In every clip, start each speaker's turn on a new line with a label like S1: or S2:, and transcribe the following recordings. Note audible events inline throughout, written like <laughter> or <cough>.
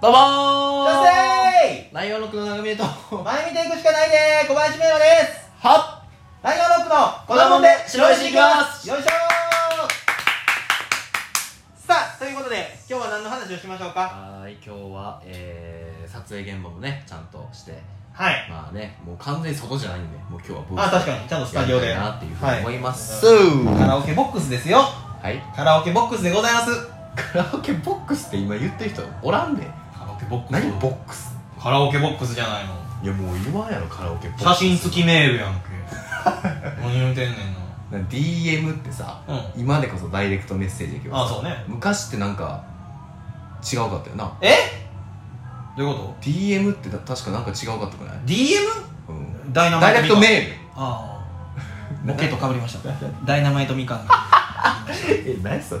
S1: どうも
S2: 女
S1: ー
S2: 性
S1: ライオンロックの長峰と、は
S2: 前見ていくしかないで小林明奈です
S1: っ
S2: ライオンロックのこのもんで白石いきますよいしょーさあということで今日は何の話をしましょうか
S1: はーい、今日は、えー、撮影現場もね、ちゃんとして、
S2: はい
S1: まあね、もう完全に外じゃないんで、もう今日はブ
S2: あ確かにちゃんとスタジオで
S1: やりたいなっていうふうに思います。
S2: カ
S1: は
S2: ラオケボックスですよ
S1: い。
S2: カラオケボックスでございます
S1: カラオケボックスって今言ってる人おらんで。
S2: カラオケボッ
S1: 何ボックス
S2: カラオケボックスじゃないの
S1: いや、もう言わんやろ、カラオケボックス。
S2: 写真付きメールや <laughs> んけ何言うてんねん
S1: な DM ってさ、
S2: なうん
S1: 今でこそダイレクトメッセージやけどさ
S2: あそうね
S1: 昔ってなんか、違うかったよな。
S2: えどういうこと
S1: DM ってた確かなんか違うかったくない
S2: DM?
S1: うん。
S2: ダイナマ
S1: ダ
S2: イ
S1: イ
S2: ト
S1: レクトメ
S2: ああボケとかぶりましたダイナマイトみか <laughs> ん
S1: ール <laughs> え何それ
S2: ダイナマイトみ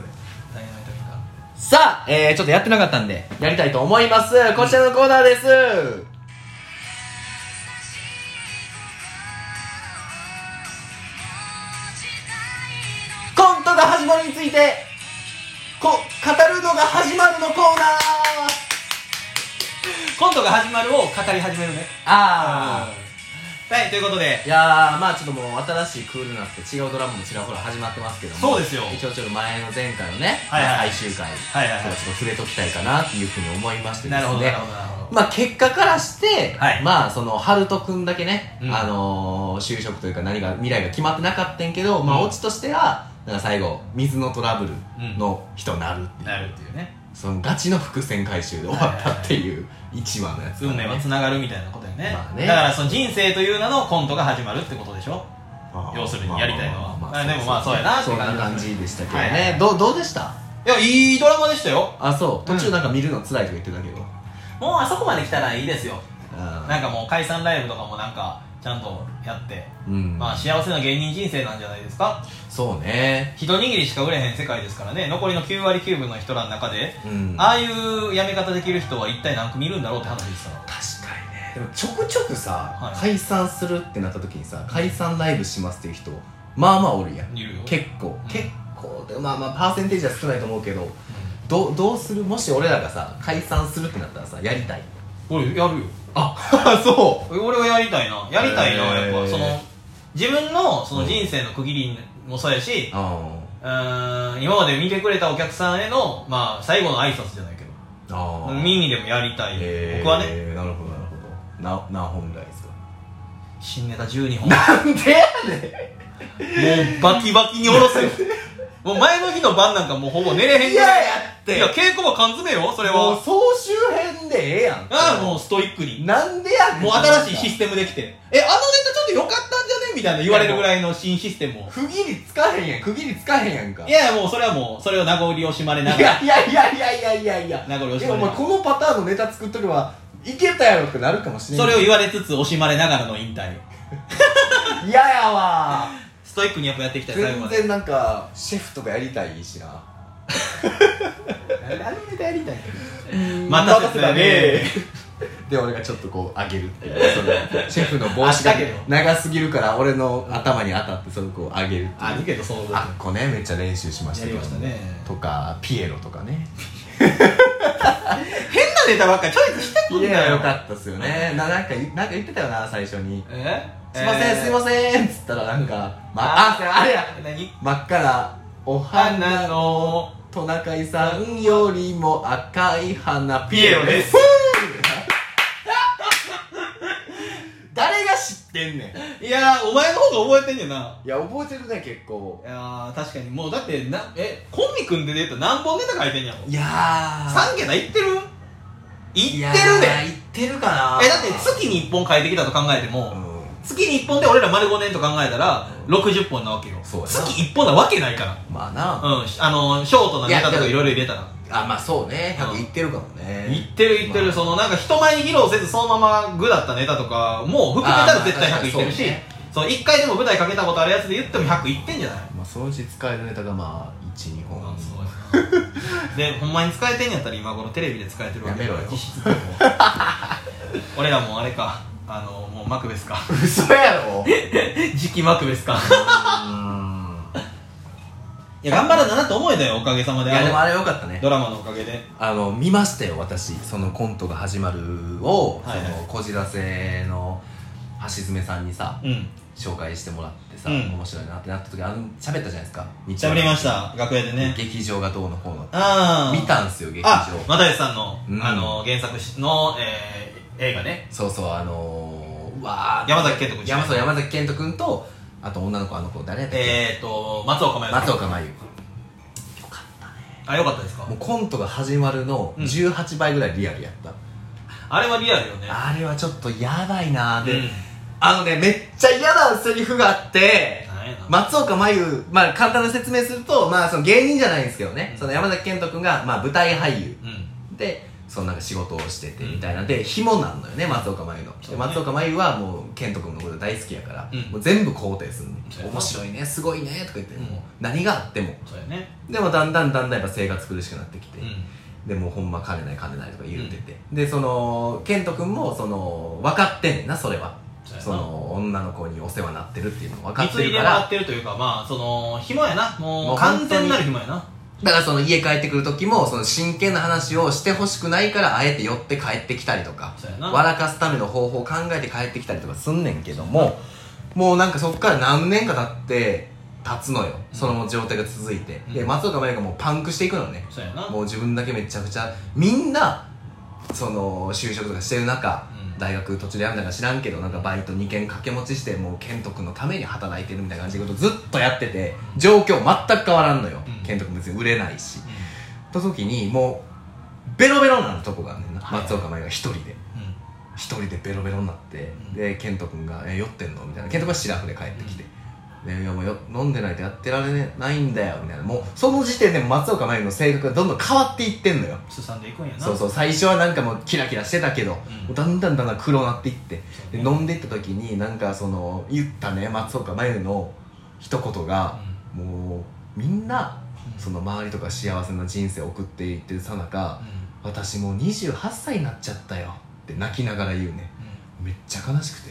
S2: かん
S1: さあ、えー、ちょっとやってなかったんでやりたいと思いますこちらのコーナーですコントが始まりについてこ語るのが始まるのコーナー
S2: コントが始まるを語り始めるね
S1: ああ
S2: はいということで
S1: いやーまあちょっともう新しいクールになって違うドラマもちらほら始まってますけども
S2: そうですよ
S1: 一応ちょっと前の前回のね、
S2: はいはい
S1: まあ最終回
S2: はいはいはい
S1: 今日はちょっと触れときたいかなっていうふうに思いましてですね
S2: なるほどなるほどなるほど
S1: まあ結果からして、
S2: はい
S1: まあそのハルト君だけね、
S2: うん
S1: あのー、就職というか何が未来が決まってなかったんけど、まあ
S2: うん
S1: オチとしてはなんか最後水のトラブルの人になるっていう、
S2: なるっていうね
S1: そのガチの伏線回収で終わったっていう一話のやつだね
S2: 運命はつながるみたいなことよね,、
S1: まあね
S2: だからその人生という名のコントが始まるってことでしょ
S1: あー
S2: 要するにやりたいのは
S1: まあ
S2: あでもまあそうやなって
S1: そ
S2: い
S1: ん
S2: う
S1: な
S2: 感じ
S1: 感じでしたけど
S2: はいはいは
S1: ね
S2: い
S1: どうどうでした
S2: いやいいドラマでしたよ
S1: あそう
S2: うん
S1: 途中なんか見るの辛いとか言ってたけど
S2: もうあそこまで来たらいいですよ
S1: あ
S2: なんかもう解散ライブとかもなんかちゃんとやって、
S1: ーうん
S2: まあ幸せな芸人人生なんじゃないですか
S1: そうね
S2: 一握りしか売れへん世界ですからね残りの9割9分の人らの中で、
S1: うん
S2: ああいうやめ方できる人は一体何組いるんだろうって話ですから
S1: 確かにねでもちょくちょくさ、
S2: はい
S1: 解散するってなった時にさ解散ライブしますっていう人まあまあおるやん
S2: いるよ
S1: 結構、
S2: うん
S1: 結構でまあまあパーセンテージは少ないと思うけどどうどうするもし俺らがさ解散するってなったらさやりたい
S2: うん俺やるよ
S1: あ
S2: <laughs>
S1: そ
S2: 俺はやりたいなやりたいな
S1: へ
S2: や
S1: ー
S2: っぱその自分のそ
S1: うん
S2: の人生の区切りもそうやし
S1: う、あ
S2: うーん今まで見てくれたお客さんへの、まあ、最後の挨拶じゃないけど
S1: ーあー
S2: 耳にでもやりたい、
S1: えー
S2: 僕はね
S1: なるほどなるほどな何本ぐらいですか
S2: 新ネタ12本
S1: なんでやねん
S2: もうバキバキにお
S1: <laughs>
S2: ろせよもう前の日の晩なんかもうほぼ寝れへん
S1: いややって
S2: いや稽古は缶詰よそれ
S1: もう
S2: は
S1: 総集編でええやん
S2: ああもうストイックに
S1: なんでやねん
S2: もう新しいシステムできてえあのネタちょっと良かったんじゃねみたいな言われるぐらいの新システムを
S1: 区切りつかへんやん区切りつかへんやんか
S2: いやいやもうそれはもうそれを名残惜しまれなが
S1: い
S2: ら
S1: やいやいやいやいやいやいや
S2: 名残惜し
S1: で
S2: ま
S1: もお
S2: れな
S1: 前
S2: がら
S1: このパターンのネタ作っとけばいけたやろってなるかもしれん
S2: それを言われつつ惜しまれながらの引退
S1: 嫌ややわ
S2: ストイックにやっぱやっていきたい最後
S1: 全
S2: まで
S1: 然なんかシェフとかやりたいしな
S2: 何ネタやりたい
S1: ま
S2: ま
S1: たで
S2: たですす
S1: よ
S2: よ
S1: ね
S2: ね
S1: <laughs> で俺がちょっとこう上げるっていうそのシェフの帽子が
S2: あだけど
S1: 長すぎるから俺の頭に当たってそれをこう上げるって
S2: あ
S1: い
S2: る
S1: う
S2: けどその分
S1: あっこねめっちゃ練習しましたけど
S2: やりましたね
S1: とかピエロとかね
S2: 変なネタばっかりチョイスしてくん
S1: い
S2: だよ
S1: やよかったっすよねななんか言なんか言ってたよな最初に
S2: え
S1: 「すいませんすいま
S2: せん
S1: せん」っつったらなんか「まああせあれや
S2: 何
S1: 真っ赤なお花のトナカイさんよりも赤い花」
S2: ピエロです
S1: <laughs> 誰が知ってんねんい
S2: いやーお前の方が覚えてんねんな
S1: や覚えてるね結構
S2: いやー確かにもうだってなえコンビ組んで出たら何本ネタ書いてんやろ
S1: いやー
S2: 3桁いってるい
S1: い
S2: っ
S1: や
S2: てる
S1: ー
S2: ね
S1: いってるかな
S2: えだって月に1本書いてきたと考えても、
S1: うん
S2: 月に1本で俺ら丸5年と考えたら60本なわけよ
S1: そうやな
S2: 月1本なわけないから
S1: まあな
S2: うんしあのショートなネタとか
S1: いや
S2: いろいろ入れたら
S1: あまあそうね100
S2: うん
S1: いってるかもね
S2: いってるいってる、
S1: まあ
S2: そのなんか人前に披露せずそのまま具だったネタとかもう含めたら絶対
S1: あーまあ
S2: 100いってる
S1: そう
S2: し
S1: ね
S2: その1回でも舞台かけたことあるやつで言っても100いってんじゃない
S1: まあそのうち使えるネタがまあ12本
S2: すごいなでほんまに使えてんやったら今このテレビで使えてるわけ
S1: やめろよ
S2: 実質俺らもうあれかあのもうマクベスか <laughs>
S1: 嘘やろう
S2: 次期マクベスか
S1: ーん
S2: いや頑張るんだなと思えたよおかげさま
S1: い
S2: で
S1: やでも
S2: あ
S1: あれよかったね
S2: のドラマのおかげで
S1: あの見ましたよ私そのコントが始まるを、
S2: はいはい
S1: そのこじらせの橋爪さんにさ
S2: うん
S1: 紹介してもらってさ、
S2: うん
S1: 面白いなってなった時あの喋ったじゃないですか日
S2: 喋りました楽屋でね
S1: 劇場がどうのこうの
S2: ああ
S1: 見たんすよ劇場
S2: あ又吉さんの,、
S1: うん
S2: あの原作しの、えー映画ね
S1: そうそうあのー、うわー
S2: 山崎賢人君
S1: 山そう山崎賢人君とあと女の子あの子誰やったっけ、
S2: えーと松岡真優さん
S1: 松岡真優
S2: あよかったですか
S1: もうコントが始まるの
S2: うん
S1: 18倍ぐらいリアルやった、
S2: あれはリアルよね
S1: あれはちょっとやばいなーで、
S2: うん
S1: あのねめっちゃ嫌なセリフがあって
S2: なんやな
S1: 松岡真優、まあ、簡単な説明すると、まあ、その芸人じゃないんですけどね、
S2: うん
S1: その山崎賢人君が、まあ、舞台俳優
S2: うん
S1: でそのなんか仕事をしてて
S2: うん
S1: みたいなんで、紐なんのよね松岡真優の、
S2: そ
S1: で
S2: うね
S1: 松岡真優はもう賢人君のこと大好きやから、
S2: うん
S1: もう全部肯定するの
S2: そうやな
S1: 面白いねすごいねとか言って、
S2: うん
S1: もう何があっても
S2: そうやね
S1: でもだんだんだんだんやっぱ生活苦しくなってきて、
S2: うん
S1: でもうほんま金ない金ないとか言うてて、でその健人君もその分かってんねんなそれは
S2: そうや
S1: そ
S2: な
S1: の女の子にお世話になってるっていうの分か
S2: 三
S1: って
S2: つ入
S1: る
S2: れ
S1: か
S2: 回っ
S1: ら
S2: てるというかまあその紐やなも
S1: も
S2: う
S1: う本当
S2: 完
S1: に
S2: 全なる紐やな
S1: だからその家帰ってくる時もその真剣な話をしてほしくないからあえて寄って帰ってきたりとか
S2: そうやな
S1: 笑かすための方法を考えて帰ってきたりとかすんねんけどももうなんかそっから何年か経って経つのよその状態が続いて、
S2: うん
S1: で松岡茉優がもうパンクしていくのね、
S2: そうやな
S1: もう自分だけめちゃくちゃみんなその就職とかしてる中、
S2: うん
S1: 大学途中で辞めたか知らんけどなんかバイト2件掛け持ちしてもう健人君のために働いてるみたいな感じのことずっとやってて状況全く変わらんのよ、
S2: うん
S1: 健人君別に売れないし
S2: う
S1: と時にもうベロベロになるとこがあんねんな、
S2: はい
S1: 松岡茉優が一人で
S2: んうん
S1: 一人でベロベロになって、
S2: うん
S1: で健人君が「え酔ってんの?」みたいな健人君はシラフで帰ってきて。でいやもうよ飲んでないとやってられないんだよみたいなもうその時点で松岡茉優の性格がどんどん変わっていってんのよ
S2: すさんでいくんやな
S1: そうそう最初はなんかもうキラキラしてたけど、
S2: うん
S1: もうだんだんだんだん黒なっていって
S2: そう
S1: で
S2: ね
S1: 飲んでった時になんかその言ったね松岡茉優の一言が、もうみんな
S2: うん
S1: その周りとか幸せな人生を送っていってるさなか
S2: う
S1: 私もう28歳になっちゃったよって泣きながら言うね
S2: んうん
S1: めっちゃ悲しくて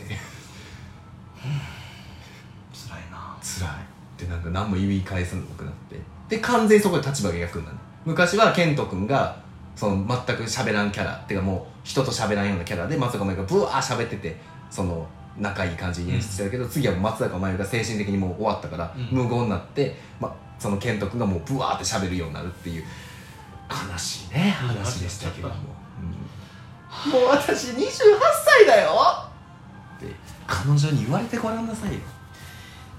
S2: 辛いな
S1: 辛いでなんか何も言い返せなくなってで完全にそこで立場が逆になる昔は健人君がその全く喋らんキャラっていうかもう人と喋らんようなキャラで松坂真優がブワー喋っててその仲いい感じに演出してたけど、次はもう松坂真優が精神的にもう終わったから、
S2: うん
S1: 無言になって、ま、その健人君がもうブワーって喋るようになるっていう悲しいね話でしたけども、うんもう私28歳だよって彼女に言われてごらんなさいよ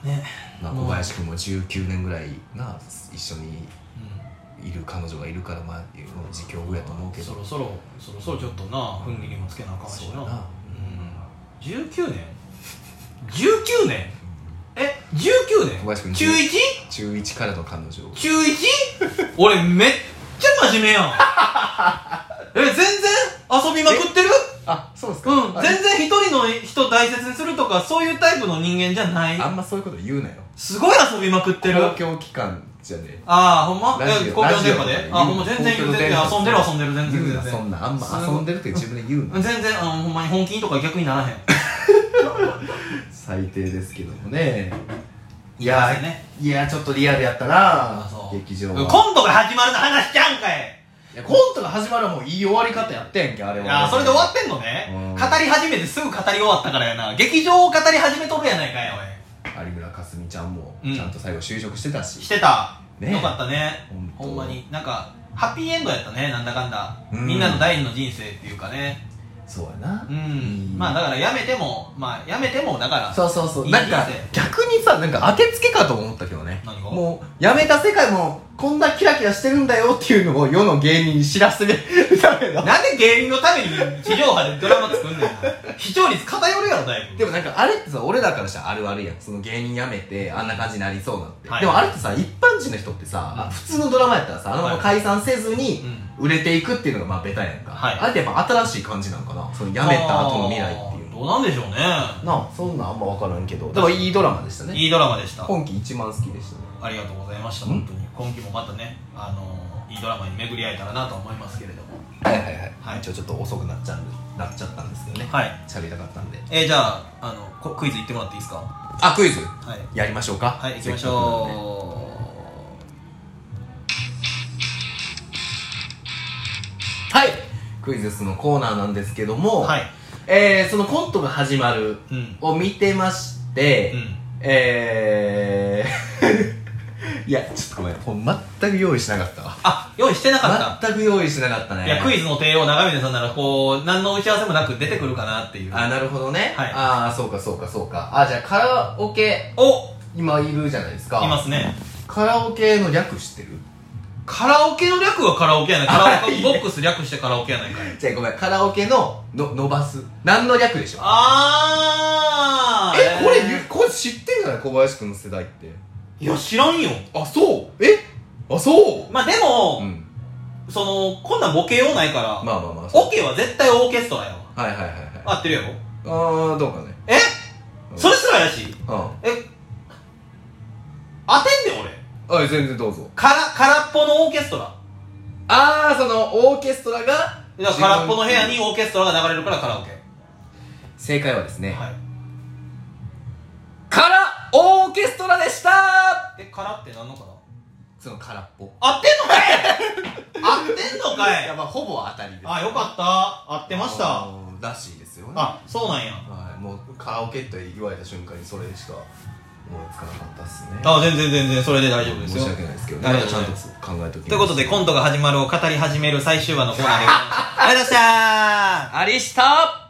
S2: ね
S1: まあ、
S2: もう
S1: 小林君も19年ぐらいな一緒にいる彼女がいるからまあ自供やと思うけど
S2: そろそろそろそろちょっとな踏ん切りもつけなあかんし
S1: そう
S2: な
S1: やな
S2: うん19年19年え19年
S1: 小林君
S2: 中 1?
S1: 中1からの彼女
S2: 中 1? 俺めっちゃ真面目やん
S1: <laughs>
S2: え全然遊びまくってる
S1: あそうです
S2: うん
S1: あ
S2: 全然一人の人大切にするとかそういうタイプの人間じゃない
S1: あんまそういうこと言うなよ
S2: すごい遊びまくってる
S1: 公共機関じゃね
S2: ああほんま
S1: ラジオ
S2: え公共電波
S1: ラジ
S2: で
S1: オ
S2: あほんま全然
S1: 公共
S2: 全
S1: 電
S2: 然
S1: 波
S2: 遊んでる遊んでる
S1: え
S2: 全然
S1: 言うな
S2: 全
S1: そ
S2: 然
S1: んなあんま遊んでるって自分で言うな
S2: 全然あのほんまに本気とか逆にならへん
S1: 最低ですけどもねい
S2: や
S1: や
S2: ーね
S1: いやちょっとリアルやった
S2: あ
S1: な
S2: そう
S1: 劇場は
S2: コントが始まるの話ちゃうんかい
S1: いやコントが始まるはもういい終わり方やってんけあれは
S2: ああそれで終わってんのね
S1: うん
S2: 語り始めてすぐ語り終わったからやな劇場を語り始めとるやないかいお
S1: 有村架純ちゃんも
S2: うん
S1: ちゃんと最後就職してた
S2: い
S1: し、
S2: してた
S1: ね
S2: よかったね
S1: 本当
S2: ほんまになんかハッピーエンドやったねなんだかんだ
S1: うん
S2: みんなの第二の人生っていうかね
S1: そうやな
S2: うん
S1: ん
S2: まあだからやめてもまあやめてもだから
S1: そうそうそう
S2: いい
S1: なんか
S2: 人
S1: 逆にさなんか当てつけかと思ったけどね
S2: 何が
S1: もうやめた世界もこんなキラキラしてるんだよっていうのを世の芸人に知らせる <laughs> ための
S2: なんで芸人のために地上波でドラマ作んね
S1: <laughs>
S2: んな視聴率偏るやろだいぶ
S1: でもなんかあれってさ俺らからしたらあるあるやんその芸人辞めてあんな感じになりそうなって、
S2: はい
S1: でもあれってさ一般人の人ってさ、
S2: うん
S1: あ普通のドラマやったらさあのまま解散せずに
S2: うん
S1: 売れていくっていうのがまあベタやんか、
S2: はい
S1: あれってやっぱ新しい感じなんかなその辞めた後の未来っていうの
S2: あーどうなんでしょうね
S1: なあそんなんあんま分からんけどでもいいドラマでしたね
S2: いいドラマでした
S1: 今期一番好きでしたね
S2: ありがとうございました
S1: うん
S2: 本当に今期もまたねあのーいいドラマに巡り合えたらなと思いますけれども
S1: はいはいはい、
S2: はい
S1: 一応ちょっと遅くなっちゃうんでなっちゃったんですけどね
S2: はい
S1: 喋りたかったんで
S2: えー、じゃああのこクイズ行ってもらっていいですか
S1: あクイズ
S2: はい
S1: やりましょうか
S2: はい行きまし
S1: せっかくなんで
S2: ょう
S1: クイズスのコーナーなんですけども、
S2: はい
S1: えーそのコントが始まる
S2: うん
S1: を見てまして、
S2: うん
S1: えー <laughs> いやちょっとごめんほんま全く用意しなかったわ
S2: あ用意してなかった
S1: 全く用意しなかったね
S2: いや、クイズの帝王、長峰さんなら、こう、何の打ち合わせもなく出てくるかなっていう。
S1: あなるほどね、
S2: はい
S1: ああそうかそうかそうかあじゃあカラオケ
S2: お
S1: 今いるじゃないですか
S2: いますね。
S1: カラオケの略知ってる
S2: カラオケの略はカラオケやない。カラオ
S1: あいい
S2: ケ
S1: ね
S2: ボックス略してカラオケやないかい。
S1: じゃあごめんカラオケのの伸ばす何の略でしょ
S2: あー
S1: えこれゆこれ知ってんじゃない小林君の世代って
S2: いや、知らんよ。
S1: あそうえあそう
S2: まあでも、
S1: ん
S2: その、こんなんボケようないから、
S1: まあまあまあ
S2: オケは絶対オーケストラやわ。
S1: はいはいはいはいあ
S2: 合ってるやろ
S1: あーどうかね
S2: え
S1: うん
S2: それすらやし。
S1: う
S2: え当てんねん俺。
S1: んあ全然どうぞ
S2: 空、空っぽのオーケストラ。
S1: ああそのオーケストラが
S2: だから空っぽの部屋にオーケストラが流れるからカラオケ。
S1: 正解はですね、
S2: はい。
S1: カラオーケストラでした
S2: え、空ってなんのかな
S1: その空っぽ
S2: 合ってんのかい合ってんのか
S1: <laughs>
S2: い
S1: やまあほぼ当たりです
S2: あ、よかった。合ってました。
S1: たらしいですよね
S2: あ、そうなんや。
S1: はいもうカラオケって言われた瞬間にそれしか思いつかなかったっすね
S2: あ、全然全然、それで大丈夫です
S1: 申
S2: よ
S1: し。訳ないですけどねま
S2: 大丈
S1: だ
S2: 夫
S1: ちゃんと考えておきます
S2: ということ
S1: <laughs>
S2: で、コントが始まるを語り始める最終話のコーナーでございます。ありがとうございました
S1: ありした